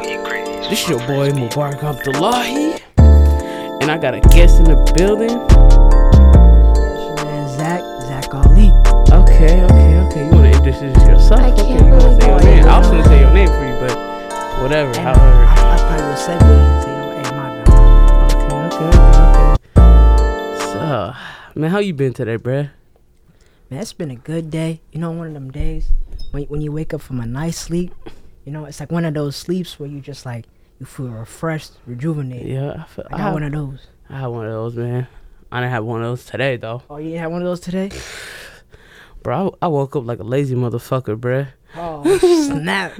This your boy Mubarak Abdullahi, and I got a guest in the building. Man, Zach, Zach Ali. Okay, okay, okay. You wanna introduce yourself? I okay, can't you wanna believe say your I name? didn't I was know. gonna say your name for you, but whatever. And However, I, I probably would segue and say, oh, hey, my bad. okay, okay, okay, okay. So, man, how you been today, bruh? Man, it's been a good day. You know, one of them days when, when you wake up from a nice sleep, you know, it's like one of those sleeps where you just like, you feel refreshed, rejuvenated. Yeah, Ah. I, feel, I I, got had- one of those. I had one of those, man. I didn't have one of those today, though. Oh, you had one of those today? Bro, I, I woke up like a lazy motherfucker, bruh. Oh, snap.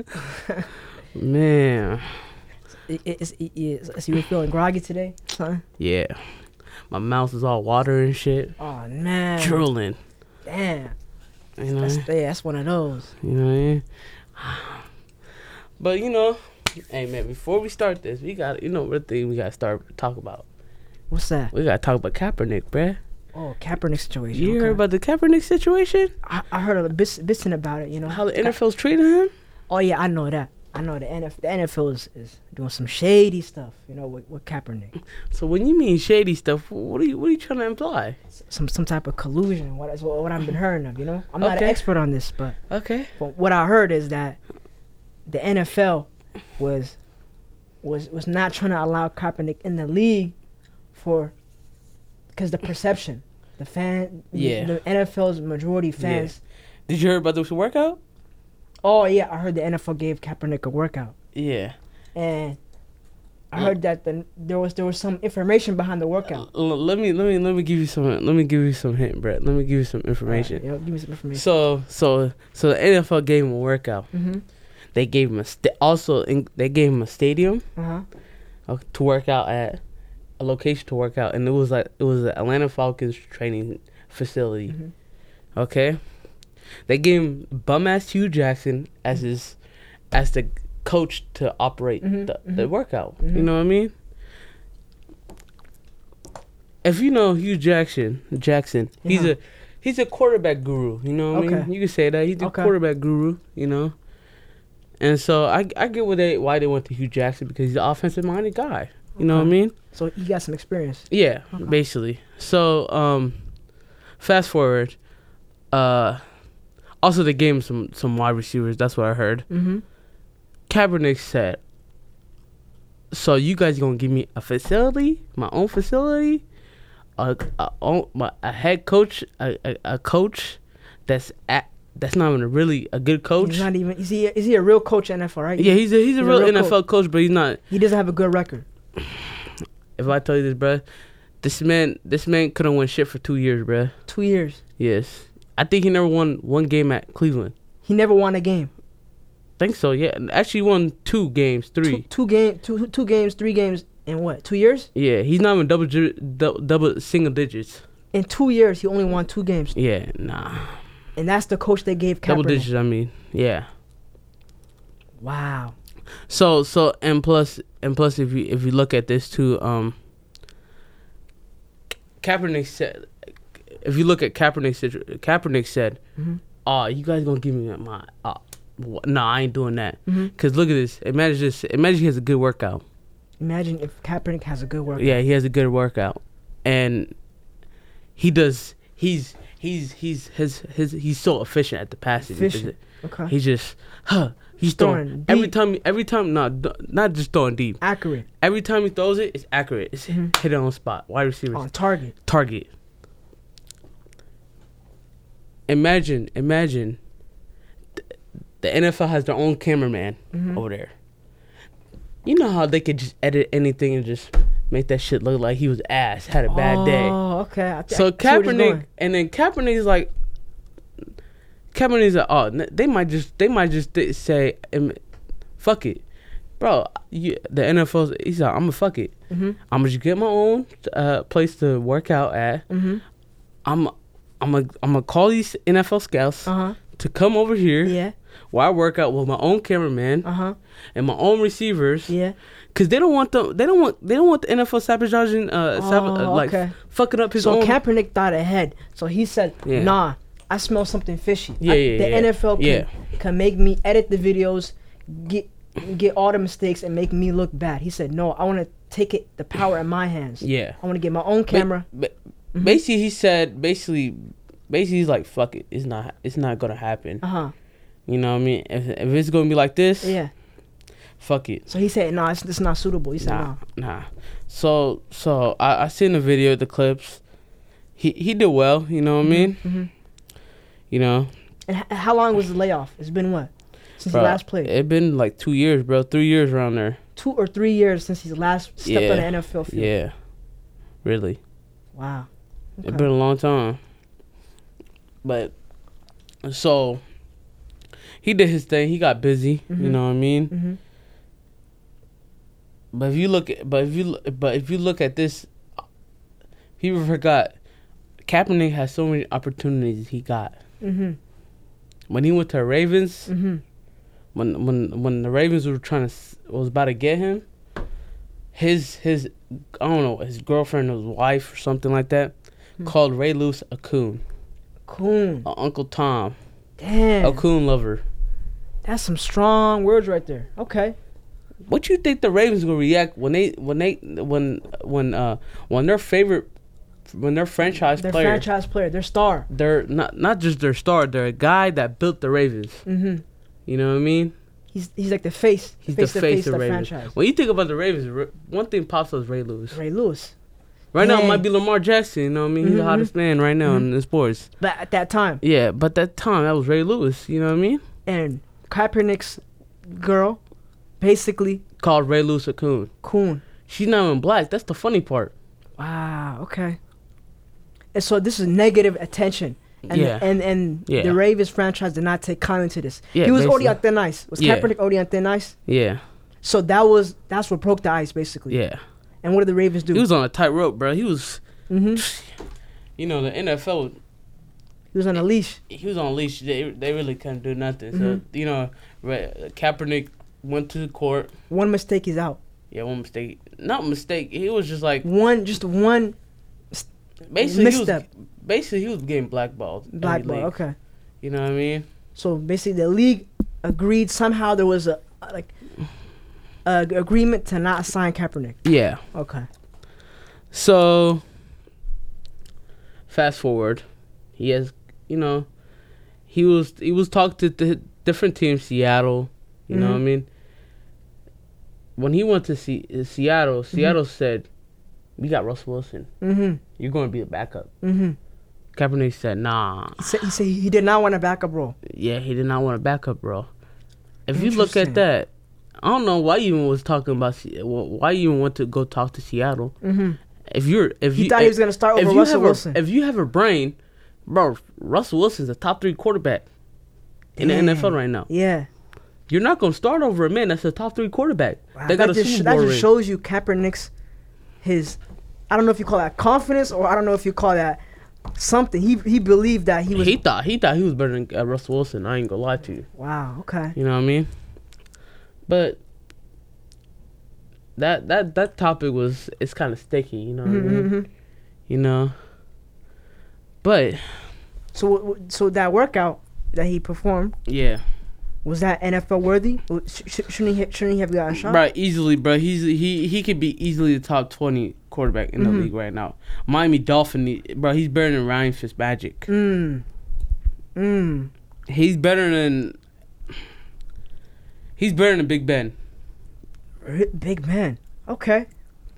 Man. It, it, it's, it, it's, so you were feeling groggy today, son? Yeah. My mouth is all water and shit. Oh, man. Drooling. Damn. You know, That's, you yeah, that's one of those. know what I mean? But you know, hey man, before we start this, we got you know what thing we gotta start talk about. What's that? We gotta talk about Kaepernick, bruh. Oh, Kaepernick situation. You okay. heard about the Kaepernick situation? I, I heard a bit, bit about it, you know. How the NFL's treating him? Oh yeah, I know that. I know the NFL. The NFL is, is doing some shady stuff, you know, with, with Kaepernick. So when you mean shady stuff, what are you what are you trying to imply? S- Some some type of collusion. What is what, what I've been hearing of, you know. I'm not Okay. an expert on this, but Okay. from what I heard is that the NFL was was was not trying to allow Kaepernick in the league for because the perception, the fan, Yeah. the NFL's majority fans. Did you hear about this workout? Oh yeah, I heard the NFL gave Kaepernick a workout. Yeah. and I Mm. heard that the, there was there was some information behind the workout. L- let me let me let me give you some let me give you some hint, Brett. Let me give you some Alright, information. yo, give me some information. So so so the NFL gave him a workout. hmm They gave him a sta- also in, they gave him a stadium Uh huh. uh, to work out at, a location to work out, and it was like it was the Atlanta Falcons training facility. Mhm. Okay, they gave him bum ass Hugh Jackson as his as the coach to operate Mhm, the, the mhm. workout. You Mhm. know what I mean? If you know Hugh Jackson, Jackson, he's Yeah. a he's a quarterback guru. You know what I Okay. mean? You can say that he's a Okay. quarterback guru. You know. And so I, I get what they why they went to Hugh Jackson because he's an offensive minded guy. You know what I Okay. mean? So he got some experience. Yeah, Okay. basically. So um, fast forward. Uh, also they gave him some some wide receivers. That's what I heard. Mm-hmm. Kaepernick said, "So you guys gonna give me a facility, my own facility, a a, own, my, a head coach, a, a, a coach that's at, that's not even really a good coach." He's not even. Is he? Is he a real coach in NFL? Right? yeah, he's a, he's a real, NFL coach. but he's not. He doesn't have a good record. If I tell you this, bruh, this man, this man couldn't win shit for two years, bruh. Two years. Yes, I think he never won one game at Cleveland. He never won a game. Think so? Yeah, And actually won two games, three. Two, two game. Two two games. Three games. In what? Two years? Yeah, he's not even double, ju- double, double single digits. In two years, he only won two games, Yeah, nah. and that's the coach they gave Kaepernick. double digits. I mean, yeah. Wow. So so and plus and plus if you if you look at this too, um, Kaepernick said, if you look at Kaepernick's situ- Kaepernick said, Mhm. "Oh, you guys gonna give me my uh, wh- no, I ain't doing that." hmm Cause look at this. Imagine this. Imagine he has a good workout. Imagine if Kaepernick has a good workout. Yeah, he has a good workout, and he does. He's he's he's his his he's so efficient at the passing. Efficient. Okay. He just huh. He's throwing, Throwing every deep. time. Every time, not not just throwing deep. Accurate. Every time he throws it, it's accurate. It's Mhm. hit it on spot. Wide receiver On target. target. Imagine, imagine. th- The NFL has their own cameraman Mhm. over there. You know how they could just edit anything and just make that shit look like he was ass, had a bad day. Oh, okay. I th- So I see where this is Kaepernick, going. and then Kaepernick's like, Kaepernick's like, oh, n- they might just, they might just th- say, em- fuck it, bro. You, the NFL's, he's like, I'ma fuck it. Mhm. I'ma just get my own uh, place to work out at. Mhm. I'm I'm a, I'm gonna call these NFL scouts Uh huh. to come over here Yeah. where I work out with my own cameraman Uh huh. and my own receivers, Yeah. cause they don't want the they don't want they don't want the NFL sabotaging uh, sab- Oh, uh like okay. fucking up his so own. Kaepernick thought ahead. So he said, Yeah. "Nah, I smell something fishy. Yeah, I- yeah, the yeah. NFL can, Yeah. can make me edit the videos, get get all the mistakes and make me look bad. He said, "No, I want to take it the power in my hands. Yeah. I want to get my own camera." Ba- ba- Mm-hmm. Basically, he said basically, basically he's like, "Fuck it, it's not, it's not gonna happen." Uh huh. You know what I mean? If, if it's gonna be like this, Yeah. fuck it, So he said, "No, it's, it's not suitable." He said, nah, "No." nah. So, so I, I seen the video, the clips. He he did well. You know what I mean? hmm You know, And h- how long was the layoff? It's been what since Bruh, he last played? it been like two years, bro, three years around there. Two or three years since he's last stepped Yeah. on the NFL field. Yeah, really, Wow. it Okay. been a long time. But so he did his thing. He got busy. You Mhm. know what I mean? hmm But if you look, at, but if you, lo- but if you look at this, people forgot. Kaepernick has so many opportunities he got hmm when he went to the Ravens. hmm When when when the Ravens were trying to s- was about to get him, his his I don't know his girlfriend or his wife or something like that Hmm. called Ray Luce a coon, Coon. a Uncle Tom, Damn. a coon lover. That's some strong words right there. Okay. What you think the Ravens gonna react when they when they when when uh when their favorite when their franchise Their player franchise player, their star. they're not not just their star, they're a guy that built the Ravens. hmm You know what I mean? He's he's like the face. Mm-hmm. He's the face, of the Ravens. franchise. When you think about the Ravens, Ra- one thing pops up is Ray Lewis. Ray Lewis. Right now, it Hey. might be Lamar Jackson. You know what I mean? He's the Mhm, hottest man right now Mm-hmm. in the sports. But at that time, Yeah, but that time that was Ray Lewis. You know what I mean? and Kaepernick's girl, basically Called Ray Lewis a coon. Coon. She's not even black. That's the funny part. Wow. Okay. And so this is negative attention. And Yeah. and and Yeah. the Ravens franchise did not take kindly to this. Yeah, he was basically. already on thin ice. Was Yeah. Kaepernick already on thin ice? Yeah, So that was that's what broke the ice basically. yeah. And what did the Ravens do? He was on a tightrope, bro. He was, hmm you know, the NFL. He was on a leash. He was on a leash. They they really couldn't do nothing. So Mhm. you know, Ra- Kaepernick went to the court. One mistake, he's out. Yeah, one mistake. Not mistake. He was just like One, just one basically Misstep. he was basically he was getting blackballed. every black ball. league. Okay. You know what I mean? So basically, the league agreed somehow there was a like a g- agreement to not sign Kaepernick. Yeah. Okay. So fast forward, he has you know he was he was talked to the different teams, Seattle. You know what I Mhm. mean? When he went to Se- uh, Seattle, Seattle said, "We got Russell Wilson. Mm-hmm. You're going to be a backup." Mm-hmm. Kaepernick said, "Nah, He said, he said he did not want a backup role. yeah, he did not want a backup, bro. If you look at Interesting. that, I don't know why you even was talking about Se- wh- why you even want to go talk to Seattle. Mm-hmm. If you're if He you thought he if- was gonna start if over you Russell have Wilson. A, if you have a brain, bro, Russell Wilson's a top three quarterback in Damn. the NFL right now. yeah. You're not gonna start over a man that's a top three quarterback. Wow, They got that a just, Super that Bowl just ring. shows you Kaepernick's his. I don't know if you call that confidence or I don't know if you call that something. He he believed that he was. he thought he thought he was better than uh, Russell Wilson. I ain't gonna lie to you. wow. Okay. You know what I mean? But that that that topic was it's kind of sticky. You know what I mean? Mm-hmm. You know. But So w- w- so that workout that he performed yeah, was that NFL worthy? W- sh- sh- Shouldn't he ha- shouldn't he have gotten shot? right. Easily, bro. He's he he could be easily the top twenty quarterback in the Mhm. league right now. Miami Dolphin, he- bro. He's better than Ryan Fitzmagic. Mm. Mm. He's better than. He's better than Big Ben. R- Big man. Okay.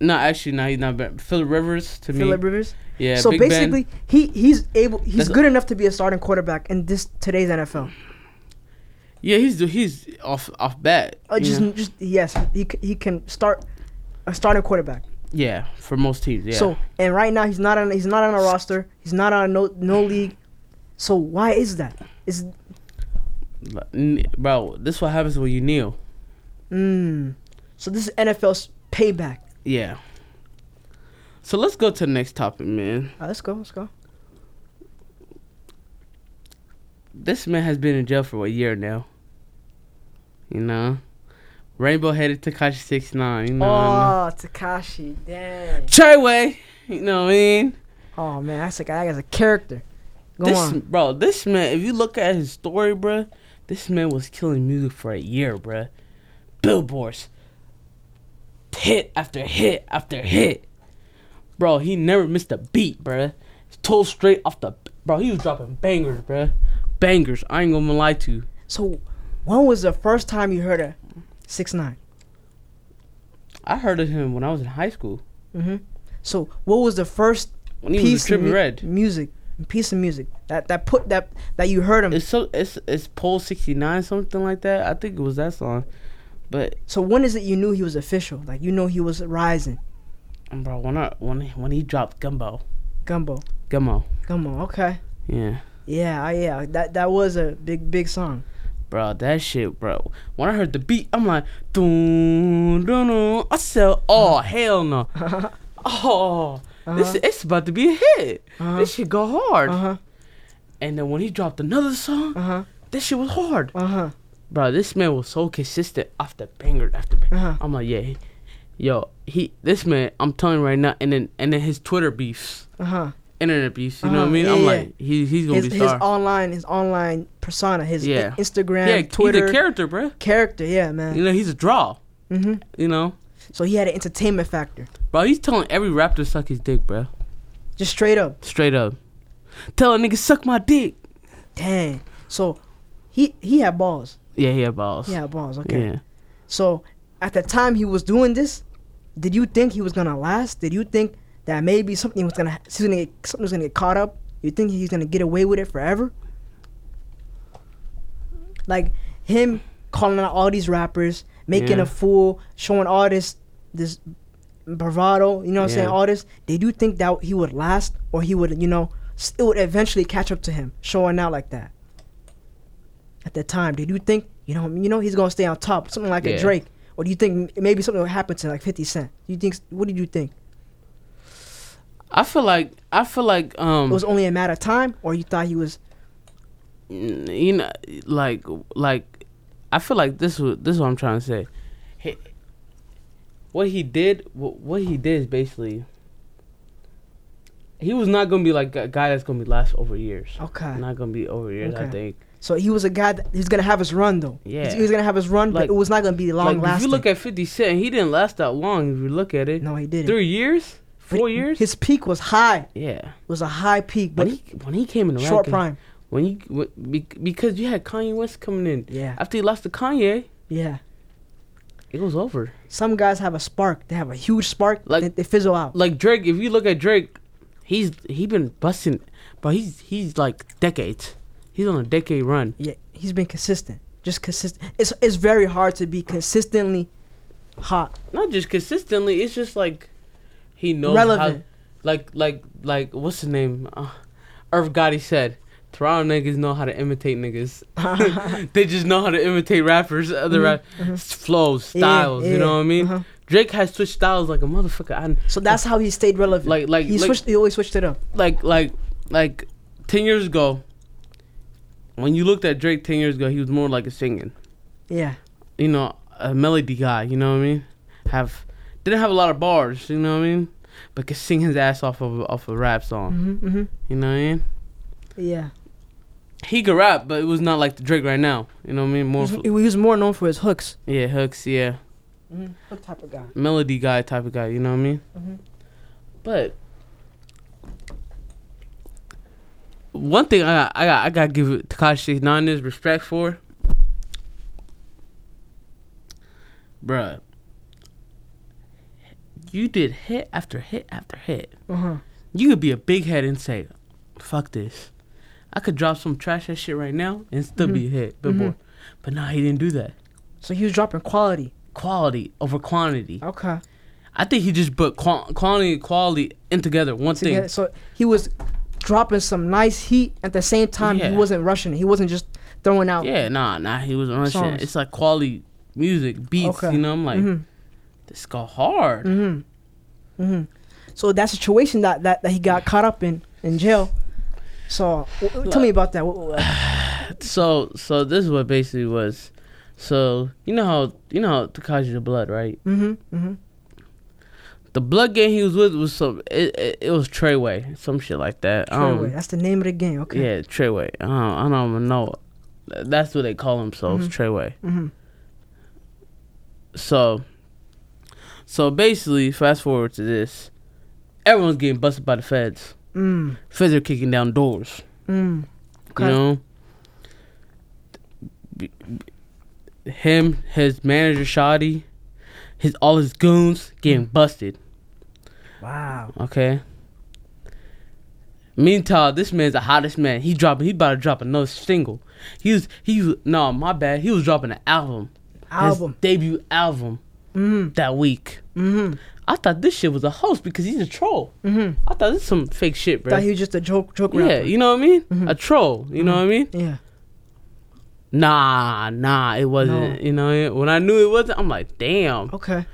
No, actually, no, he's not better. Philip Rivers to Philip me. Rivers. Yeah, so Big basically, Ben. he he's able. He's That's- good enough to be a starting quarterback in this today's NFL. Yeah, he's he's off off bat. Uh, you just know? just yes, he c- he can start a starting quarterback. yeah, for most teams. Yeah. So and right now he's not on he's not on a roster. He's not on a no no league. So why is that? Is Like, n- bro, this what happens when you kneel. mm. So this is NFL's payback. Yeah. So let's go to the next topic, man. Uh, let's go. Let's go. This man has been in jail for a year now. You know, rainbow headed Takashi six nine. You know, what Oh, Takashi, dang. I mean? Treyway. You know what I mean? Oh man, that's a guy. That's a character. Go this on. bro, this man. If you look at his story, bro, this man was killing music for a year, bro. billboards, hit after hit after hit. Bro, he never missed a beat, bruh. He told straight off the. Bro, he was dropping bangers, bruh. Bangers. I ain't gonna lie to you. So, when was the first time you heard a six nine? I heard of him when I was in high school. Mm-hmm. So, what was the first When he was with of Trippie mu- Redd. music? Piece of music that that put that that you heard him. It's so it's it's Pole sixty nine something like that. I think it was that song, but so when is it you knew he was official? Like you know he was rising. bro, when I when when he dropped Gumbo, Gumbo, Gumbo, Gumbo. Okay. yeah, Yeah, I- yeah. That that was a big big song. bro, that shit, bro. When I heard the beat, I'm like, dun dun dun. I said, oh hell no, uh oh this Uh-huh. it's about to be a hit. huh. This shit go hard. Uh huh. And then when he dropped another song, Uh huh. that shit was hard, Uh huh. bro. This man was so consistent after banger after banger. Uh-huh. I'm like, yeah, he- yo, he this man. I'm telling you right now, and then and then his Twitter beefs. Uh huh. internet beast. You know Uh-huh, what I mean? yeah, I'm yeah. like, he, uh-huh. he's gonna His, be his star. online his online persona, his i- Yeah. Instagram, yeah, Twitter he's a character, bro. character. Yeah, man. You know, he's a draw. hmm You know, So he had an entertainment factor, bro, he's telling every rapper to suck his dick, bro. just straight up. Straight up, tell a nigga suck my dick. Dang. So he he had balls. Yeah, he had balls. He had balls. Okay. Yeah. So at the time he was doing this, did you think he was gonna last? Did you think that maybe something was gonna something was gonna get, something was gonna get caught up? You think he's gonna get away with it forever? Like him calling out all these rappers, making Yeah. a fool, showing all this this bravado. You know what I'm saying? Yeah. All this. Did you think that he would last, or he would you know s- it would eventually catch up to him, showing out like that? At the time, did you think you know you know he's gonna stay on top, something like a Yeah. Drake? Or do you think m- maybe something will happen to like 50 Cent? You think what did you think? I feel like I feel like um It was only a matter of time, or you thought he was Mm, you know, like, like, I feel like this was this is what I'm trying to say. He, what he did, what, what he did is basically, he was not gonna be like a guy that's gonna be last over years. okay. Not gonna be over years, I Okay. think. So he was a guy that he's gonna have his run though. He's- Yeah. he was gonna have his run, Like- but it was not gonna be long like, lasting. if you look at 50 Cent, he didn't last that long. If you look at it, no, he didn't. three years, But four he- years. His peak was high. It yeah, was a high peak, when but he when he came in the short rap game- prime. when you when, bec- because you had Kanye West coming in Yeah. after he lost to Kanye, Yeah. it was over. Some guys have a spark. They have a huge spark. Like- Like they fizzle out. like Drake, if you look at Drake, he's he been busting, but he's he's like decades. He's on a decade run. Yeah, he's been consistent. Just consistent. It's it's very hard to be consistently hot. Not just consistently. It's just like he knows Relevant. how. Like like like what's the name? Uh, Irv Gotti said, "Toronto niggas know how to imitate niggas. they just know how to imitate rappers, other rap flows, Mm-hmm. Yeah, styles. You yeah, know what I mean? uh-huh. Drake has switched styles like a motherfucker. I, So that's how he stayed relevant. Like- like- he like- switched. He always switched it up. like like like ten years ago, when you looked at Drake ten years ago, he was more like a singing, Yeah. you know, a melody guy. You know what I mean? Have didn't have a lot of bars. You know what I mean? But could sing his ass off of off a rap song. Mm-hmm, mm-hmm. You know what I mean? Yeah. He could rap, but it was not like the Drake right now. You know what I mean? More He's- fl- he was more known for his hooks. yeah hooks, yeah Mm-hmm. Hook type of guy. melody guy type of guy. You know what I mean? Mhm. But. One thing I got, I got, I got to give Takashi Nine is respect for. bruh, you did hit after hit after hit. Uh huh. You could be a big head and say, fuck this. I could drop some trash ass shit right now and still be a hit, but more. But nah, he didn't do that. So he was dropping quality. Quality over quantity. Okay. I think he just put qua- quantity and quality in together, one Together. thing. So he was dropping some nice heat at the same time. Yeah. He wasn't rushing. it. He wasn't just throwing out. Yeah, nah, nah, he was on shit. Songs. It's like quality music, beats, Okay. Mm-hmm. you know? I'm like, Mhm. this go hard. So that situation that, that, that he got caught up in in jail. So w- w- tell me about that. W- Uh, w- So, so this is what basically was. So, you know how, you know how Takashi the Blood, right? Mhm. Mhm. The blood gang he was with was some it, it, it was Treyway, some shit like that. I Treyway. don't- That's the name of the game. Okay. um, Yeah, Treyway. I don't, I Mm-hmm. don't even know. That's what they call themselves, Treyway. Mhm. So, so basically, fast forward to this, everyone's getting busted by the feds. Mm. Feds are kicking down doors. Mm. Okay. You know, B- b- him, his manager Shoddy, his all his goons getting busted. Wow. Okay. Meantime, this man's the hottest man. He dropping. He about to drop another single. He was. He was. No, my bad. He was dropping an album. Album. His debut album Mm. that week. Mm-hmm. I thought this shit was a hoax because he's a troll. Mm-hmm. I thought this is some fake shit, bro. Thought he was just a joke joke yeah, rapper. Mm-hmm. you know what I mean? A troll. You know what I mean? Yeah. Nah, nah, it wasn't. No. You know, what I mean? when I knew it wasn't, I'm like, damn, Okay.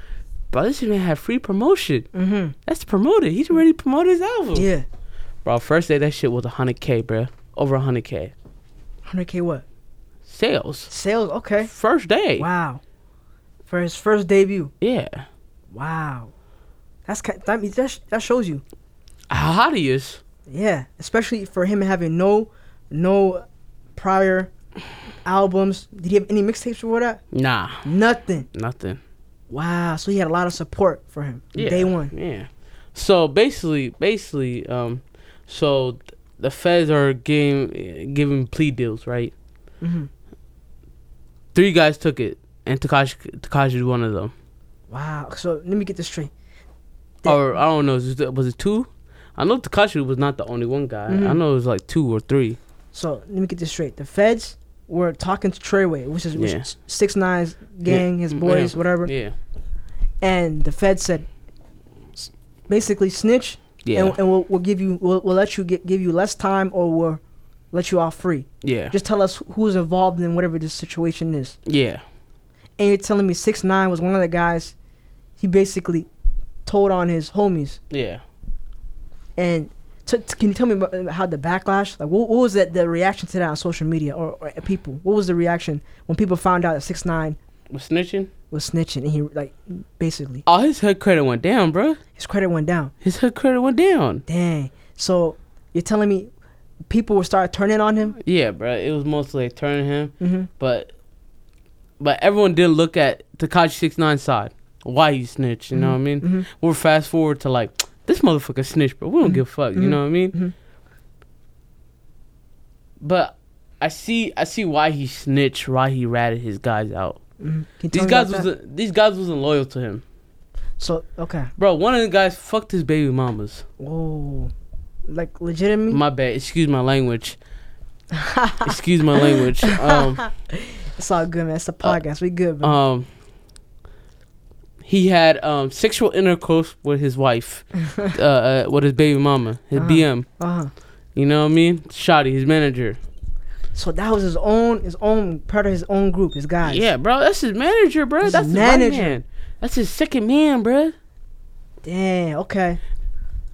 bro, this man had free promotion. Mm-hmm. That's promoted. He's already promoted his album. Yeah. Bro, first day that shit was 100k, bro. Over 100k. 100k what? sales. Sales. Okay. First day. Wow. For his first debut. Yeah. Wow. That's ki- that means that, sh- that shows you. How hot he is. Yeah, especially for him having no no prior albums. Did he have any mixtapes before that? Nah, Nothing. nothing. Wow. So he had a lot of support for him. Yeah. Day one. Yeah. So basically, basically, um, so th- the feds are giving giving plea deals, right? hmm Three guys took it, and Takashi Takashi was one of them. Wow. So let me get this straight. That- Or I don't know, was it, was it two? I know Takashi was not the only one guy. I Mhm. know it was like two or three. So let me get this straight. The feds were talking to Treyway, which is which Yeah. is Six Nine's gang, his boys, Yeah. whatever. Yeah. And the feds said, s- basically, snitch, Yeah. and, and we'll, we'll give you we'll, we'll let you get give you less time, or we'll let you off free. yeah. Just tell us who's involved in whatever this situation is. Yeah. And you're telling me Six Nine was one of the guys. He basically told on his homies. Yeah. And t- t- can you tell me about how the backlash? Like, what, what was that the reaction to that on social media or, or people? What was the reaction when people found out that Six Nine Was snitching? was snitching and he like basically Oh, his head credit went down, bruh. his credit went down. His head credit went down. Dang. So you're telling me people will start turning on him? Yeah, bro. It was mostly like turning him, Mhm. but but everyone did look at Takashi Six Nine side. Why you snitch? You know what I mean? mhm. We're fast forward to like this motherfucker snitch, bro. We don't give a fuck. You know what I mean? mhm. But I see, I see why he snitched, why he ratted his guys out. Mhm. Can you tell These me about guys that? wasn't these guys wasn't loyal to him, so okay. bro. One of the guys fucked his baby mamas. Whoa. Like legitimately, My bad. Excuse my language. Excuse my language. Um, it's all good, man. It's a Uh, podcast. we good, bro. um he had um sexual intercourse with his wife uh, uh with his baby mama his Uh-huh. bm Uh huh. you know what i mean shoddy his manager So that was his own, his own part of his own group, his guys. yeah bro that's his manager bro His that's his manager. manager man. that's his second man bro Damn. Okay.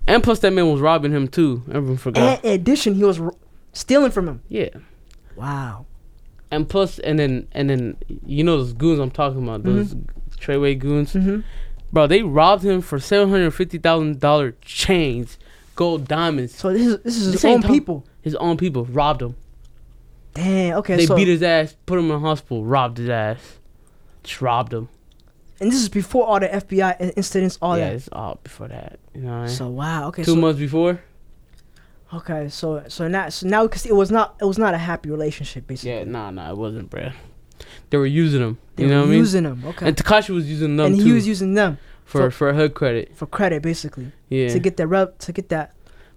and plus that man was robbing him too everyone forgot And in addition, he was r- stealing from him. yeah Wow. and plus and then and then you know those goons i'm talking about those treyway goons Mm-hmm. bro they robbed him for $750000 chains gold diamonds So this is this is This his own ain't Tom- people. his own people robbed him Damn. Okay. they so beat his ass, put him in hospital, robbed his ass, just robbed him. and this is before all the FBI in- incidents, all yeah, it's all Oh, before that. You know, what I mean? that. Oh, So wow. Okay. two so, months before. Okay. So so now so now because it was not it was not a happy relationship basically. Yeah, nah, nah, it wasn't, bruh. They were using him. They you were know what I mean? using him. Okay. And And, Takashi was using them he too was using them for for hood credit. for credit basically Yeah, to get that rep to get that.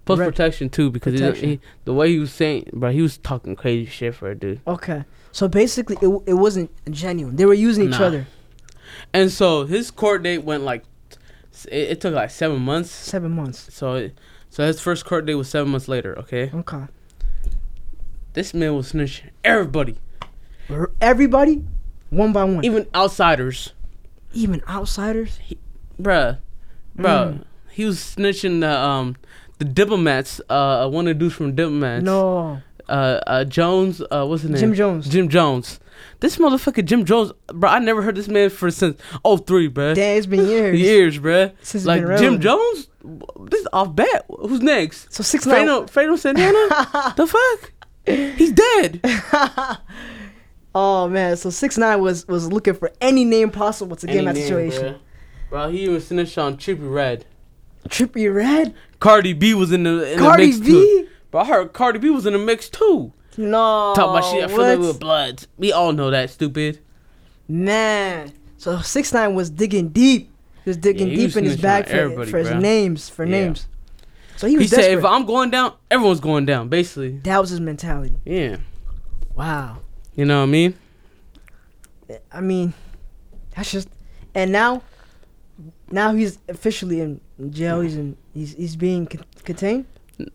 plus rep- protection too because he- protection. He, the way he was saying, bro, he was talking crazy shit for a dude. Okay. So basically, it it wasn't genuine. They were using each Nah. other. And so his court date went like, it, it took like seven months. Seven months. So, it, so his first court date was seven months later. Okay, Okay. this man was snitching everybody, R- Everybody, one by one. Even, even outsiders. outsiders. bruh, bruh, Mm. he was snitching the um the diplomats. Uh, one of the dudes from diplomats. No, Uh, uh, Jones. Uh, what's his name? Jim Jones. Jim Jones. This motherfucker, Jim Jones, bro. I never heard this man for since oh three, bruh. Damn, it's been years. Years, bruh. Since it's like been Jim relevant. Jones. This is off bat. Who's next? So six nine. Fredo, Fredo Santana. the fuck? He's dead. Oh man, so six nine was was looking for any name possible to get him Any out of the name, situation. bruh. Bro, he was snitched on Trippy Red. Trippy Red, Cardi B was in the in the Cardi mix too. B. Bro, I heard Cardi B was in the mix too. No, Talk about shit Oh, what? filling with bloods. We all know that, stupid. man. So six nine was digging deep, just digging he deep was in his snitching bag on for, everybody, for his bruh. names, for Yeah. names. So he He, was said, desperate. if I'm going down, everyone's going down, basically. that was his mentality. Yeah. Wow. You know what I mean? I mean, that's just. And now, now he's officially in jail. He's in. He's he's being con- contained.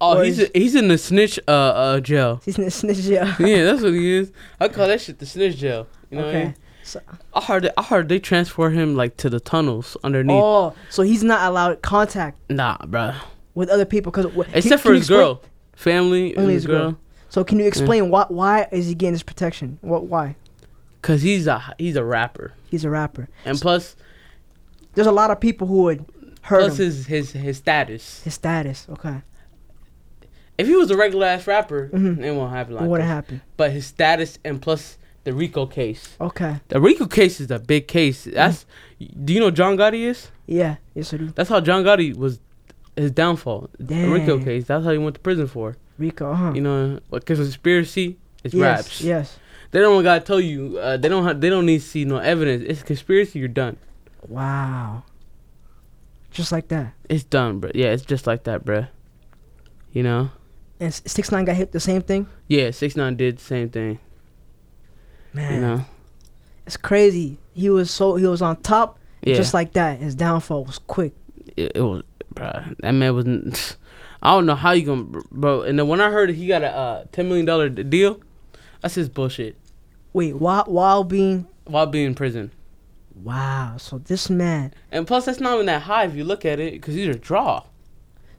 Oh, Or he's is- he's in the snitch uh, uh jail. He's in the snitch jail. yeah, that's what he is. I call that shit the snitch jail. You know what I okay. mean? So, I heard I heard they transfer him like to the tunnels underneath. oh, so he's not allowed contact Nah, bruh. with other people because Except for his girl, family, and Only his his girl. girl. So can you explain why why is he getting his protection? What why? Cause he's a he's a rapper, He's a rapper. and plus There's a lot of people who would hurt plus him. his his his status. His status. Okay. If he was a regular ass rapper, Mhm. it won't happen like What this. happened? But his status and plus the Rico case. Okay. The Rico case is a big case. That's do you know John Gotti is? Yeah. Yes, I do. That's how John Gotti was his downfall. The Rico Dang. case. That's how he went to prison for. Rico. Huh. You know, because conspiracy is yes. raps. Yes. They don't gotta tell you. Uh, they don't. Ha- they don't need to see no evidence. It's conspiracy. You're done. Wow. Just like that. It's done, bro. Yeah, it's just like that, bruh. You know. and six nine got hit the same thing. Yeah, six nine did the same thing. Man, You know. it's crazy. He was so he was on top, Yeah. just like that. His downfall was quick. it, it was, bruh. That man was. n- I don't know how you gonna, bro. And then when I heard he got a uh, ten million dollar deal, that's just bullshit. Wait, while while being While being in prison, wow. So this man. and plus that's not even that high if you look at it, because he's a draw.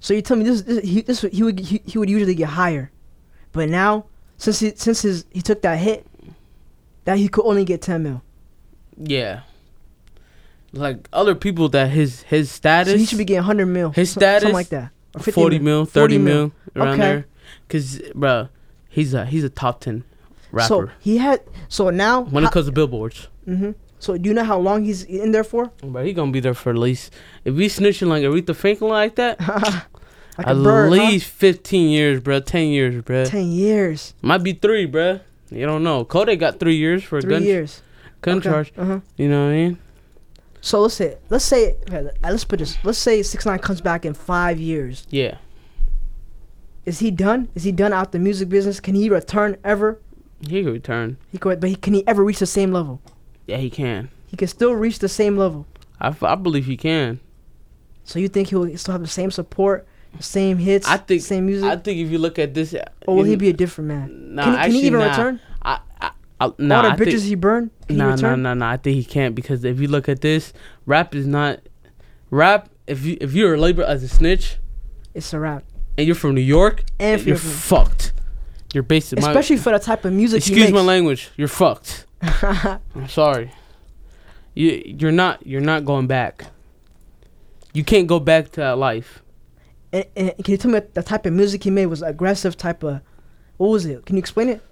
So you tell me this, this he this he would he, he would usually get higher, but now since he since his he took that hit, that he could only get ten mil. Yeah. Like other people that his his status. so he should be getting hundred mil. his so- status, something like that. Or 50 40 mil, 30 40 mil, around Okay. there. Cause bro, he's a he's a top ten So rapper he had. So now. when it comes to billboards. hmm So do you know how long he's in there for? Bro, he gonna be there for at least if we snitching like Aretha Franklin like that, Like at a bird, huh? least uh, fifteen years, bro. Ten years, bro. ten years. Might be three, bro. You don't know. Kodak got three years for a three gun years. gun Okay. charge. Uh-huh. You know what I mean? So let's say let's say okay, le- let's put this. Let's say six nine comes back in five years. Yeah. Is he done? Is he done out the music business? Can he return ever? He could return. He could, but he, can he ever reach the same level? Yeah, he can. He can still reach the same level. I, f- I believe he can. So you think he'll still have the same support, the same hits, I think- same music, I think if you look at this, or will in- he be a different man? Nah, can, he, can actually, he even nah. return? I, I, I nah, All I the think- bitches he burned, can he Nah, nah, return? nah, nah. I think he can't because if you look at this, rap is not rap. If you if you're a labor as a snitch It's a wrap, and you're from New York, And if you're you're from- fucked. You're based. in my- especially for the type of music. excuse he my makes. language. You're fucked. I'm sorry. You you're not you're not going back. You can't go back to that life. and, and can you tell me the type of music he made was aggressive type of? What was it? Can you explain it?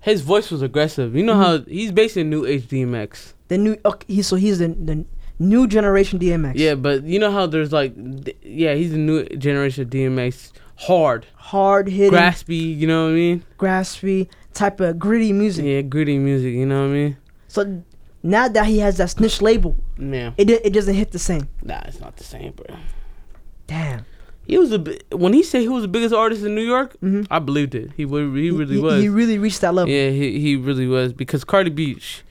His voice was aggressive. You know how he's based in new age DMX. The new okay, he so he's the, the new generation DMX. Yeah, but you know how there's like, d- yeah, he's a new generation of DMX, hard, Hard hitting, graspy, you know what I mean? graspy type of gritty music. Yeah, gritty music, you know what I mean? So now that he has that snitch label, Man, it di- it doesn't hit the same. nah, it's not the same, bro. Damn. He was a bi- when he said he was the biggest artist in New York, Mhm. I believed it. He wa- he really he, was. He really reached that level. yeah, he he really was because Cardi B, sh-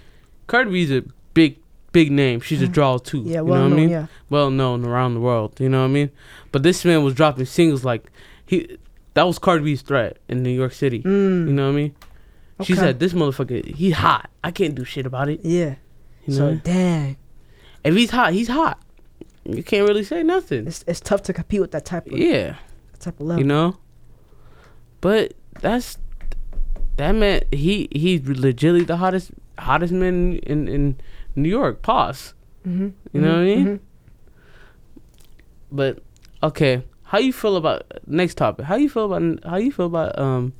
Cardi B's a big big name. She's a draw too. Mm. Yeah, you well know what I known. mean? Yeah. well known around the world. You know what I mean? But this man was dropping singles like he that was Cardi B's threat in New York City. Mm. You know what I mean? She Okay. said, "This motherfucker, he hot. I can't do shit about it. Yeah. You so know, dang, if he's hot, he's hot. You can't really say nothing. it's it's tough to compete with that type of Yeah, type of level. you know. But that's that man. He he's legitly the hottest hottest man in in New York. Pause. hmm You know what I mean? But okay, how you feel about next topic? How you feel about how you feel about um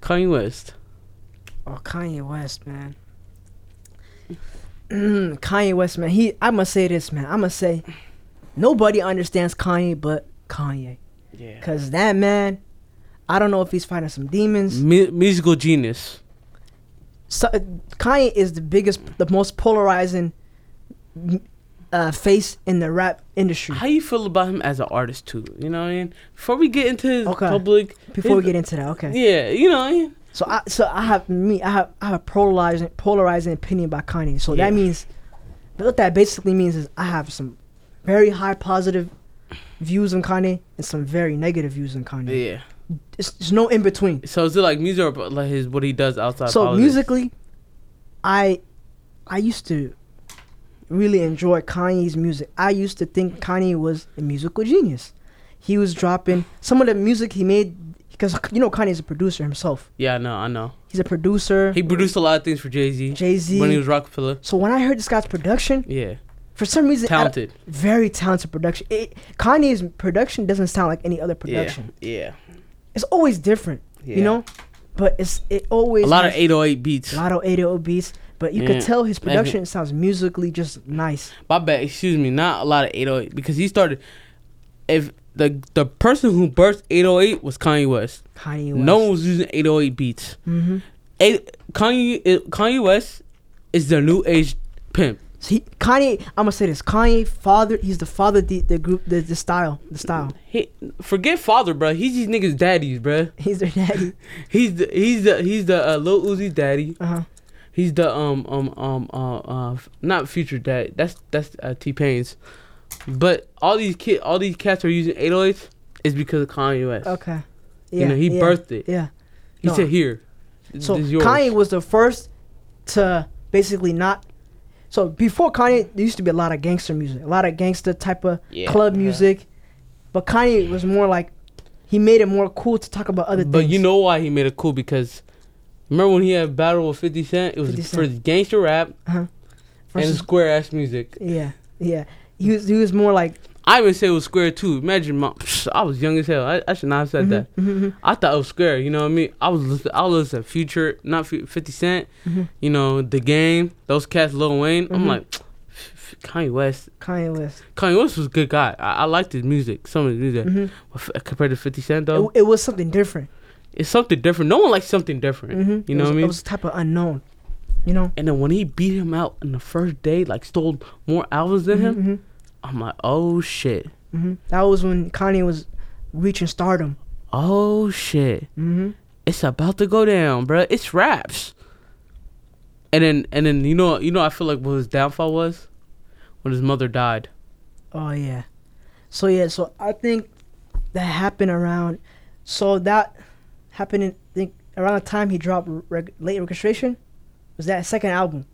Kanye West. Oh, Kanye West, man. Mm, Kanye West, man. He, I must say this, man. I must say, nobody understands Kanye but Kanye, Yeah. cause that man. I don't know if he's fighting some demons. Mu- musical genius. So, Kanye is the biggest, the most polarizing uh, face in the rap industry. How you feel about him as an artist too? You know what I mean? Before we get into his Okay. public, Before we his- get into that, okay. yeah, you know what I mean? So I so I have me I have I have a polarizing polarizing opinion about Kanye. So Yeah. that means what that basically means is I have some very high positive views on Kanye and some very negative views on Kanye. Yeah. It's, there's no in between. So is it like music or about, like his what he does outside? so politics? musically, I I used to really enjoy Kanye's music. I used to think Kanye was a musical genius. He was dropping some of the music he made because you know Kanye's a producer himself. Yeah, I know, I know. He's a producer. He produced a lot of things for Jay Z. Jay Z. when he was Rockefeller. So when I heard this guy's production, Yeah, for some reason, I- talented. very talented production. It, Kanye's production doesn't sound like any other production. Yeah, It's always different, yeah. you know. But it's it always a lot of has- 808 beats. a lot of 808 beats. But you Yeah. could tell his Maybe. production sounds musically just nice. My bad. Excuse me. Not a lot of 808 because he started. If the the person who burst 808 was Kanye West. Kanye West. No one was using 808 beats. hmm Eight, Kanye uh, Kanye West is the new age pimp. So he, Kanye, I'm gonna say this. Kanye father. He's the father. of The the group. The, the style. The style. He forget father, bro. He's these niggas' daddies, bro. He's their daddy. He's the he's the he's the uh, Lil Uzi's daddy. Uh huh. He's the um um um uh, uh f- not future dad. That's that's uh, T Pain's. But all these kid all these cats are using 808s is because of Kanye West. Okay. Yeah. you know he yeah, birthed it. Yeah. He No. said here. th- So this is yours." Kanye was the first to basically not. So before Kanye, there used to be a lot of gangster music, a lot of gangster type of Yeah. Uh-huh. club Yeah. music, but Kanye was more like he made it more cool to talk about other But things. you know why he made it cool because remember when he had battle with 50 Cent? It was 50 for gangster rap and Versus- square ass music. yeah, yeah. He was he was more like I even say it was square too. Imagine my, I was young as hell. I, I should not have said that. mhm, I thought it was square. You know what I mean? I was listen, I was at Future, not Fu- Fifty Cent. mhm. You know the game. Those cats, Lil Wayne. I'm Mhm. like f- Kanye West. Kanye West. Kanye West was a good guy. I, I liked his music. Some of his music Mhm. But f- compared to Fifty Cent It, though, it was something different. it's something different. No one likes something different. hmm You know what I It mean? was a type of unknown. You know. And then when he beat him out in the first day, like stole more albums than him. Mhm, I'm like, oh shit, mhm, mhm. That was when Kanye was reaching stardom. oh shit. hmm it's about to go down, bruh. It's raps. And then and then you know you know I feel like what his downfall was when his mother died. Oh yeah. So yeah, so I think that happened around. So that happened, in, I think around the time he dropped reg- late registration. Was that second album?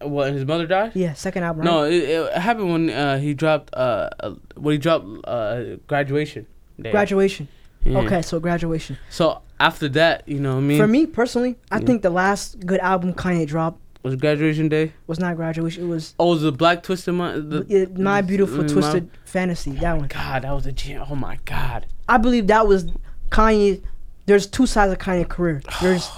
What his mother died? Yeah, second album. No, right? it, it happened when uh, he dropped uh, uh when he dropped uh graduation. Day. graduation. Yeah. Okay, so graduation. So after that, you know what Mm-hmm. I mean? Mm-hmm. For me personally, I Yeah. think the last good album Kanye dropped was graduation day. was not graduation. It was Oh, was the black twisted mind. The, Mm-hmm. yeah, My Beautiful My- Twisted Fantasy. That one. God, that was a gem. Oh my God. I believe that was Kanye. There's two sides of Kanye's career. There's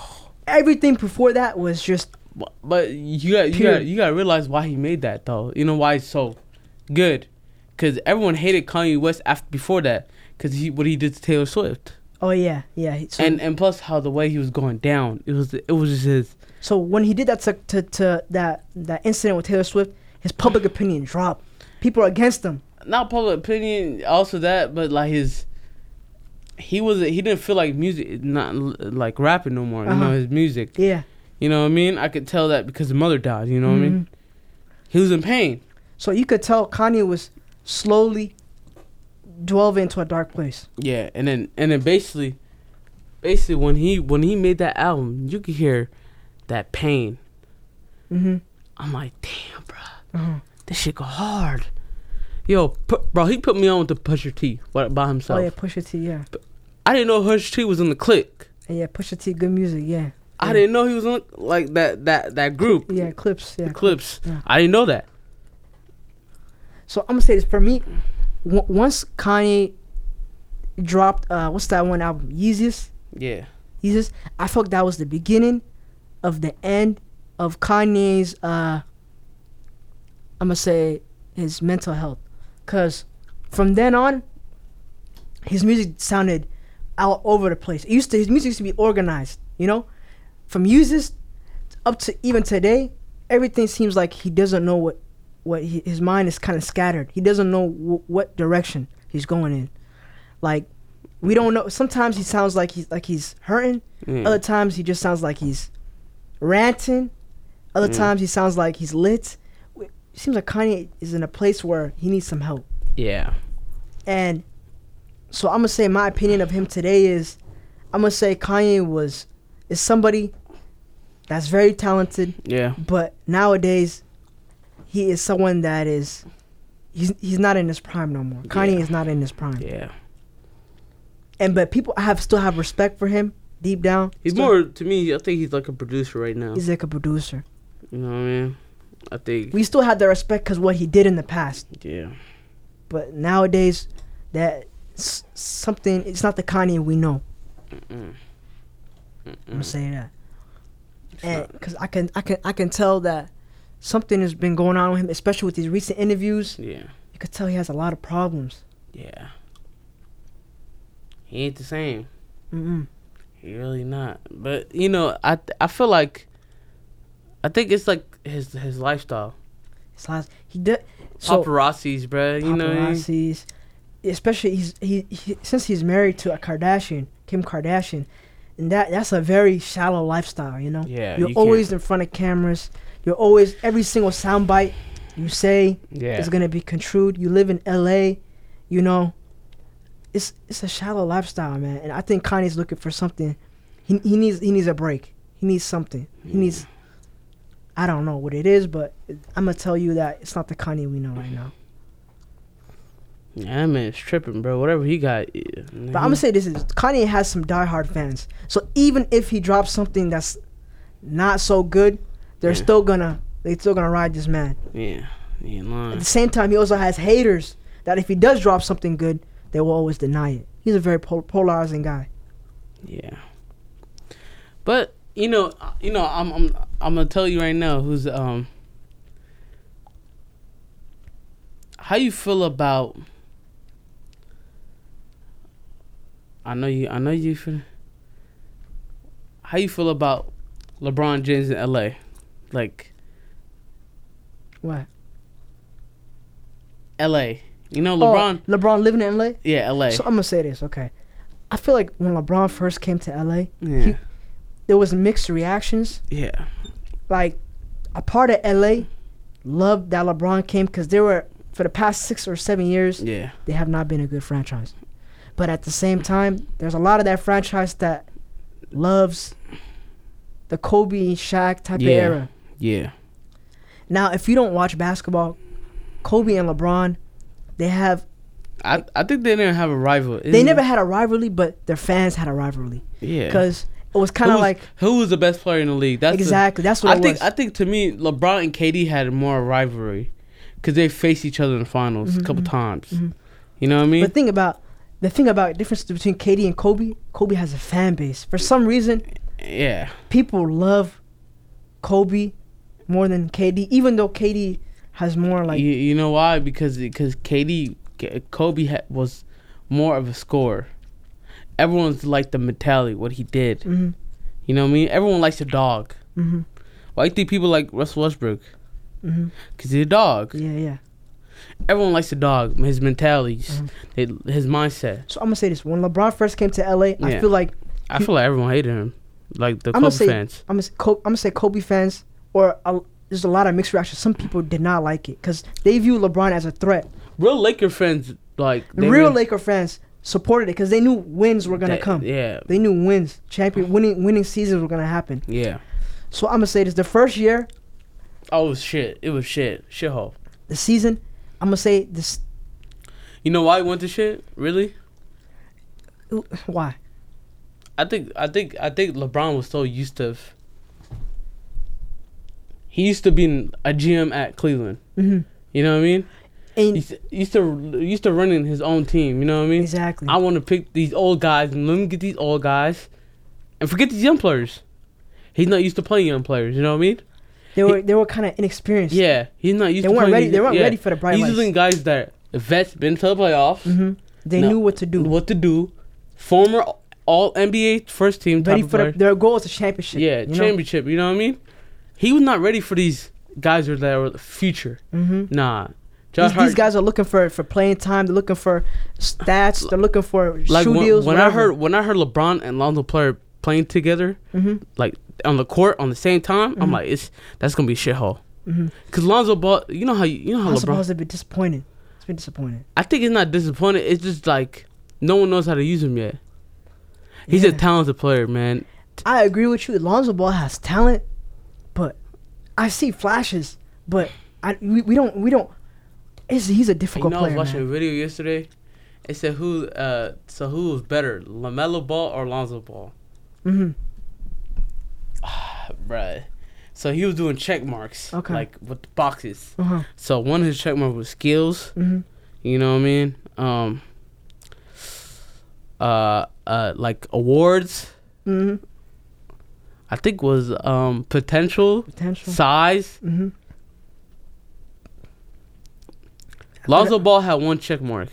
everything before that was just But- But you got you Period. got you got to realize why he made that though. You know why it's so good, because everyone hated Kanye West after before that, because he what he did to Taylor Swift, oh yeah yeah. he- so- and and plus how the way he was going down, it was it was just his So when he did that to, to, to that that incident with Taylor Swift, his public opinion dropped. People are against him. not public opinion also that, but like his he was he didn't feel like music not l- like rapping no more. You know Uh-huh. his music. Yeah. You know what I mean? I could tell that because his mother died. You know what I mean? Mm-hmm. He was in pain. So you could tell Kanye was slowly dwelling into a dark place. Yeah, and then and then basically, basically when he when he made that album, you could hear that pain. Mm-hmm. I'm like, damn, bro, Uh-huh. this shit go hard. Yo, pu- bro, he put me on with the Pusher T by, by Oh himself. yeah, Pusha T. Yeah. I didn't know Pusher T was in the clique. And yeah, Pusha T. Good music. Yeah. I Yeah. didn't know he was on like that that that group. Yeah. Clips. the Yeah. clips. yeah. I didn't know that. So I'm gonna say this for me. W- once Kanye dropped, uh, what's that one album? Yeezus. Yeah, He's just I felt that was the beginning of the end of Kanye's uh I'm gonna say his mental health cuz from then on his music sounded all over the place. It used to his music used to be organized, you know? From uses up to even today, everything seems like he doesn't know what what he, his mind is kind of scattered. He doesn't know w- what direction he's going in. Like we don't know. Sometimes he sounds like he's like he's hurting. Mm. Other times he just sounds like he's ranting. Other Hmm. times he sounds like he's lit. It seems like Kanye is in a place where he needs some help. Yeah. And so I'm gonna say my opinion of him today is I'm gonna say Kanye was is somebody that's very talented, Yeah. but nowadays he is someone that is he's he's not in his prime no more. Kanye Yeah. is not in his prime. Yeah. And but people have still have respect for him deep down. He's Still- more to me. I think he's like a producer right now. he's like a producer. you know what I mean? I think. We still have the respect cuz what he did in the past. yeah. But nowadays that s- something it's not the Kanye we know. Mm-mm. I'm gonna say that. And Mm. not. because I can, I can, I can tell that something has been going on with him, especially with these recent interviews. Yeah. You could tell he has a lot of problems. Yeah. He ain't the same. Mm-mm. He really not. But you know, I th- I feel like. I think it's like his his lifestyle. It's like he did. So Paparazzis, bruh. You know. What I mean? paparazzis, especially he's he, he since he's married to a Kardashian, Kim Kardashian, and that that's a very shallow lifestyle. You know. Yeah. You're you can't- always in front of cameras. You're always every single soundbite you say Yeah. is gonna be construed. You live in LA, you know. It's it's a shallow lifestyle, man. And I think Kanye's looking for something. He he needs he needs a break. He needs something. He needs. I don't know what it is, but I'm gonna tell you that it's not the Kanye we know right now. Yeah, that man's tripping, bro. Whatever he got. Yeah, But I'm gonna say this is Kanye has some diehard fans. So even if he drops something that's not so good, they're Yeah. still gonna they're still gonna ride this man. Yeah. He ain't lying. At the same time, he also has haters that if he does drop something good, they will always deny it. He's a very pol- polarizing guy. Yeah. But you know, uh, you know, I'm I'm I'm gonna tell you right now who's um. How you feel about? I know you. I know you. Feel, how you feel about LeBron James in L.A. Like What? L.A. You know LeBron. Oh, LeBron living in LA. yeah, L.A. So uh, I'm gonna say this, okay? I feel like when LeBron first came to LA, yeah, there was mixed reactions. yeah, Like a part of LA loved that LeBron came because they were for the past six or seven years yeah, they have not been a good franchise. But at the same time, there's a lot of that franchise that loves the Kobe and Shaq type Yeah. of era. yeah, Now, if you don't watch basketball, Kobe and LeBron, they have I I think they didn't have a rival. they never had a rivalry, but their fans had a rivalry Mm. yeah. because it was kind Who of was- like who was the best player in the league? That's the- exactly that's what I it think was. I think to me LeBron and KD had more rivalry because they faced each other in the finals a couple times. You know what I mean? Mm-hmm. but think about the thing about difference between KD and Kobe. Kobe has a fan base. For some reason, yeah, people love Kobe more than KD, even though KD has more like you, you know why? Because because KD K- Kobe ha- was more of a scorer. Everyone's like the mentality what he did. Mhm. You know what I mean? Everyone likes a dog. Mhm. Why do you think people like Russell Westbrook? Mhm. Cause he's a dog. yeah, yeah. Everyone likes a dog. His mentalities, Mm-hmm. his- his mindset. So I'm gonna say this: when LeBron first came to LA, Yeah. I feel like I feel like everyone hated him, like the I'm gonna Kobe say fans. I'm gonna say Kobe, I'm gonna say Kobe fans or a, there's a lot of mixed reactions. Some people did not like it because they view LeBron as a threat. Real Laker fans, like they Real really- Laker fans supported it because they knew wins were gonna That- come. Yeah, They knew wins, champion winning winning seasons were gonna happen. yeah. So I'm gonna say this: the first year, Oh it was shit! It was shit. Shithole. the season, I'm gonna say this. You know why it went to shit? Really? Why? I think I think I think LeBron was so used to. f- He used to be a GM at Cleveland. Mhm. You know what I mean? He And used to- used to used to running his own team. You know what I mean? exactly. I want to pick these old guys and let me get these old guys And forget these young players. He's not used to playing young players. You know what I mean? They were they were kind of inexperienced. Yeah, he's not used. to They weren't playing ready. these- They weren't yeah. ready for the bright These are the lights. guys that vets been to the playoffs, hmm They No. knew what to do. what to do, former All NBA first team, type ready of for the, player. their goal is a championship. yeah you know? championship. You know what I mean? He was not ready for these guys that were the future. Mhm. Nah, Josh These, Hart. these guys are looking for for playing time. They're looking for stats. They're looking for like shoe when, deals. when I whatever. heard when I heard LeBron and Lonzo Player playing together, Mhm. like on the court on the same time, Mm-hmm. I'm like, it's that's gonna be a shithole. Mhm. Cause Lonzo ball, you know how you, you know how I'm LeBron. supposed to be disappointed. It's been disappointing. I think it's not disappointed. It's just like no one knows how to use him yet. He's a Yeah. talented player, man. I agree with you. Lonzo Ball has talent, but I see flashes. But I we, we don't we don't. It's, he's a You difficult know, I was player. watching a man. video yesterday. It said who, uh, so who was better, Lamelo Ball or Lonzo Ball? Mhm. Bruh. So he was doing check marks, Okay. like with the boxes. Uh-huh. So one of his check marks was skills. Mhm. You know what I mean? Um. Uh, uh, like awards. Mhm. I think was um potential, Potential. size, Mhm. Lonzo Ball had one check mark.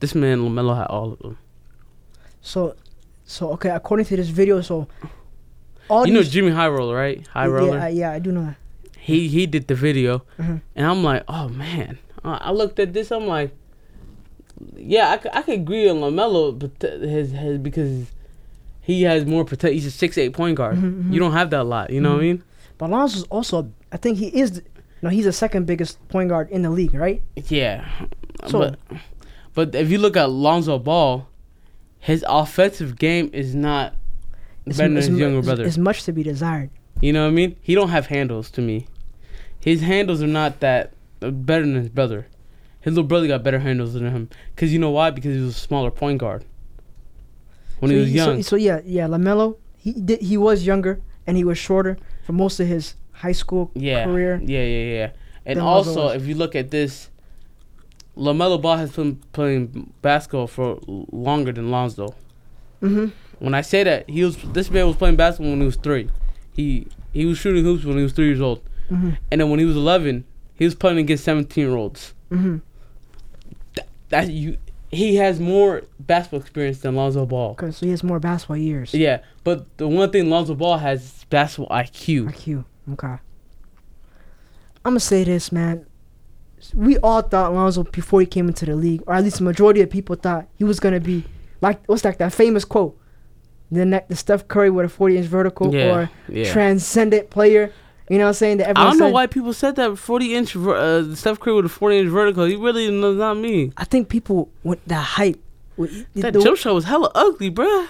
This man Lamelo had all of them. So, so okay. According to this video, so all you know these- Jimmy High Roller, right? High Roller. Yeah, I, yeah, I do know that. he he did the video, Mhm. and I'm like, oh man. Uh, I looked at this. I'm like, yeah, I, c- I could agree on Lamelo, but th- his his because he has more protect. He's a six eight point guard. Mhm, mhm. You don't have that a lot. You know what I mean? But Lonzo's also, I think he is. th- No, he's the second biggest point guard in the league, right? Yeah. So- but but if you look at Lonzo Ball, his offensive game is not better than his mu- younger it's- brother. It's much to be desired. You know what I mean? He don't have handles to me. His handles are not that uh, better than his brother. His little brother got better handles than him. Cause you know why? Because he was a smaller point guard when so he was he- so- young. So, yeah, yeah, Lamelo, he did. He was younger and he was shorter for most of his high school yeah, career. yeah, yeah, yeah. And than Lonzo also, was. if you look at this, Lamelo Ball has been playing basketball for l- longer than Lonzo. Mm-hmm. When I say that, he was this man was playing basketball when he was three. He he was shooting hoops when he was three years old, Mm-hmm. and then when he was eleven, he was playing against seventeen year olds. Mm-hmm. that you he has more basketball experience than Lonzo Ball. Okay, so he has more basketball years. Yeah, but the one thing Lonzo Ball has is basketball IQ. IQ. Okay. I'm gonna say this, man. We all thought Lonzo before he came into the league, or at least the majority of people thought he was gonna be like what's like that famous quote, the ne- the Steph Curry with a 40 inch vertical Yeah, or yeah. transcendent player. You know what I'm saying? That I everyone don't know said. why people said that 40 inch ver- uh, Steph Curry with a 40 inch vertical. He really does not mean I think people with the hype. with- The, that the- jump shot was hella ugly, bruh.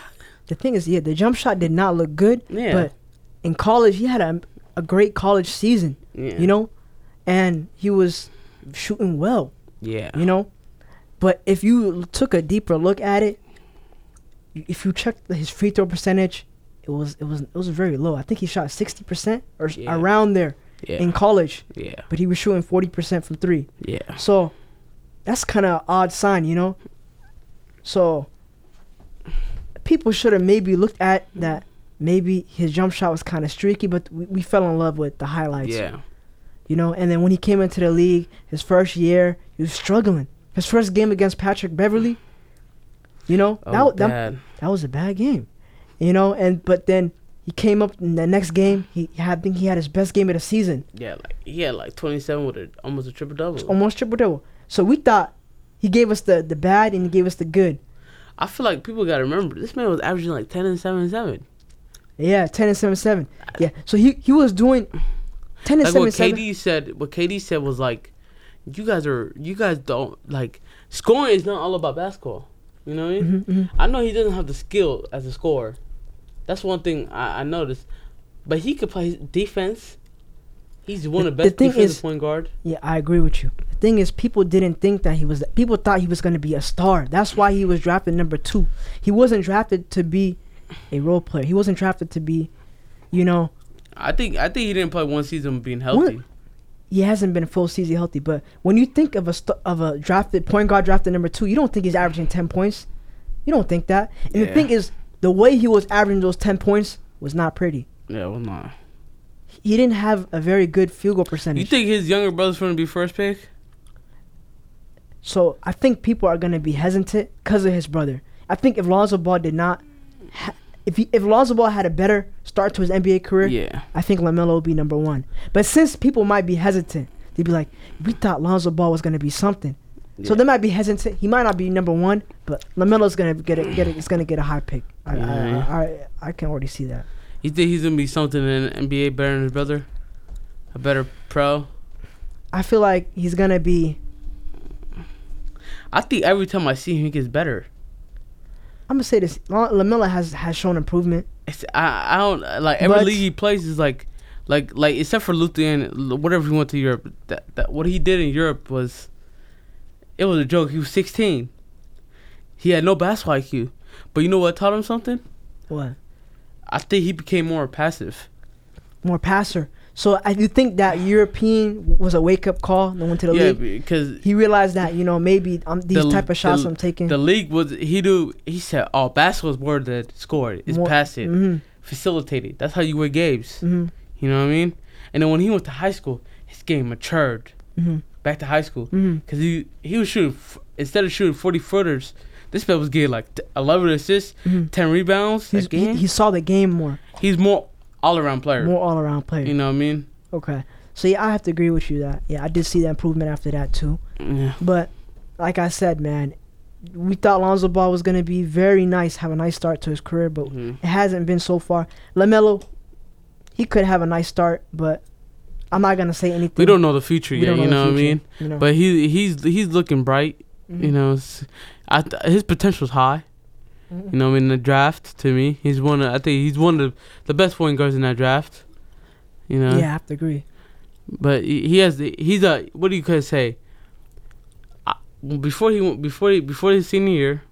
the thing is, yeah, the jump shot did not look good. Yeah. But in college, he had a, a great college season. Yeah. You know, and he was shooting well. Yeah. you know but if you took a deeper look at it if you checked his free throw percentage it was it was it was very low i think he shot 60% or s Yeah. around there Yeah. in college Yeah. but he was shooting 40% from 3 Yeah. so that's kind of odd sign you know so people should have maybe looked at that maybe his jump shot was kind of streaky but we, we fell in love with the highlights Yeah. you know. And then when he came into the league, his first year, he was struggling. His first game against Patrick Beverly, you know, that, Oh, wa- that bad. that was a bad game, you know. And but then he came up in the next game. He had, I think he had his best game of the season, Yeah, like he had like 27 with a, almost a triple double. almost triple double. So we thought he gave us the the bad and he gave us the good. I feel like people gotta remember this man was averaging like 10 and 7 and 7. Yeah, ten and seven seven. Yeah. So he he was doing ten and like seven what seven. KD said. What KD said was like, you guys are you guys don't like scoring is not all about basketball. You know what I mean? Mhm, mhm. I know he doesn't have the skill as a scorer. That's one thing I, I noticed. But he could play defense. He's one of the The- the best thing defensive is- point guard. Yeah, I agree with you. The thing is, people didn't think that he was. People thought he was going to be a star. That's why he was drafted number two. He wasn't drafted to be a role player. He wasn't drafted to be, you know, I think I think he didn't play one season being healthy. he hasn't been full season healthy. But when you think of a st- of a drafted point guard drafted number two, you don't think he's averaging ten points. You don't think that. And Yeah. the thing is, the way he was averaging those ten points was not pretty. Yeah, well, nah. He didn't have a very good field goal percentage. You think his younger brother's going to be first pick? So I think people are going to be hesitant because of his brother. I think if Lonzo Ball did not, ha- if he, if Lonzo Ball had a better start to his NBA career, Yeah. I think Lamelo would be number one. But since people might be hesitant, they'd be like, "We thought Lonzo Ball was going to be something," so Yeah. they might be hesitant. He might not be number one, but Lamelo's going to get a, get a, is going to get a high pick. I, Mhm. I, I, I can already see that. You think he's going to be something in the NBA better than his brother? A better pro? I feel like he's going to be. I think every time I see him, he gets better. I'm gonna say this: La- Lamelo has has shown improvement. It's, I, I don't like every But- league he plays is like, like, like except for Luther and l- whatever he went to Europe. That, that what he did in Europe was, it was a joke. He was 16. He had no basketball IQ, but you know what taught him something? What I think he became more passive. more passer? So I do think that European was a wake up call. The one to the Yeah, league. because he realized that you know maybe um, these The- type of shots the- I'm taking. the league was he do he said, "Oh, basketball's more than scored. It's More- passive, hmm facilitated. That's how you win games." hmm You know what I mean? And then when he went to high school, his game matured. hmm Back to high school. hmm Cause he he was shooting f- instead of shooting forty footers, this man was getting like t- eleven assists, Mhm. ten rebounds He's, a he, game. he saw the game more, He's more all around player. more all around player. You know what I mean? Okay, so yeah, I have to agree with you that yeah, I did see the improvement after that too. Yeah. But like I said, man, we thought Lonzo Ball was gonna be very nice, have a nice start to his career, but Mhm. it hasn't been so far. Lamelo, he could have a nice start, but I'm not gonna say anything. We don't know the future We yet. don't You the know what I future, mean? You know? But he he's he's looking bright. Mhm. You know, s I th- his potential's high. Mhm. You know, what I mean, the draft to me, he's one. Of, I think he's one of the, the best point guards in that draft. You know, yeah, I have to agree. but he he has the, he's a what do you could say? I, before he went before he, before his senior year,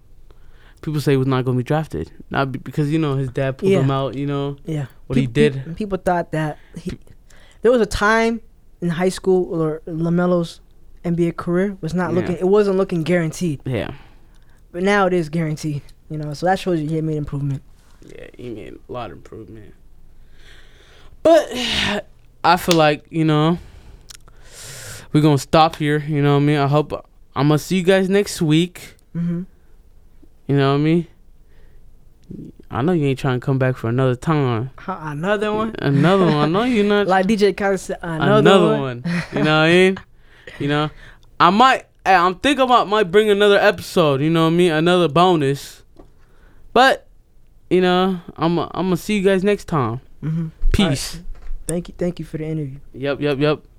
people say he was not going to be drafted. Not be, because you know his dad pulled Yeah. him out. You know Yeah, what he Peop- did. peop- People thought that he, there was a time in high school or Lamelo's NBA career was not Yeah. looking. It wasn't looking guaranteed. Yeah, But now it is guaranteed, you know. So that shows you he made improvement. yeah, he made a lot of improvement. But I feel like you know we're gonna stop here. You know what I mean? I hope I'm gonna see you guys next week. Mm-hmm. You know what I mean? I know you ain't trying to come back for another time. Another one, Another one. I know you're not like DJ Khaled said, another, another, one. one. You know what I mean? You know, I might. eh, I'm thinking about might bring another episode. You know what I mean? Another bonus. But you know, I'm I'm gonna see you guys next time. Mm-hmm. Peace. Thank you, thank you for the interview. Yep. Yep. Yep.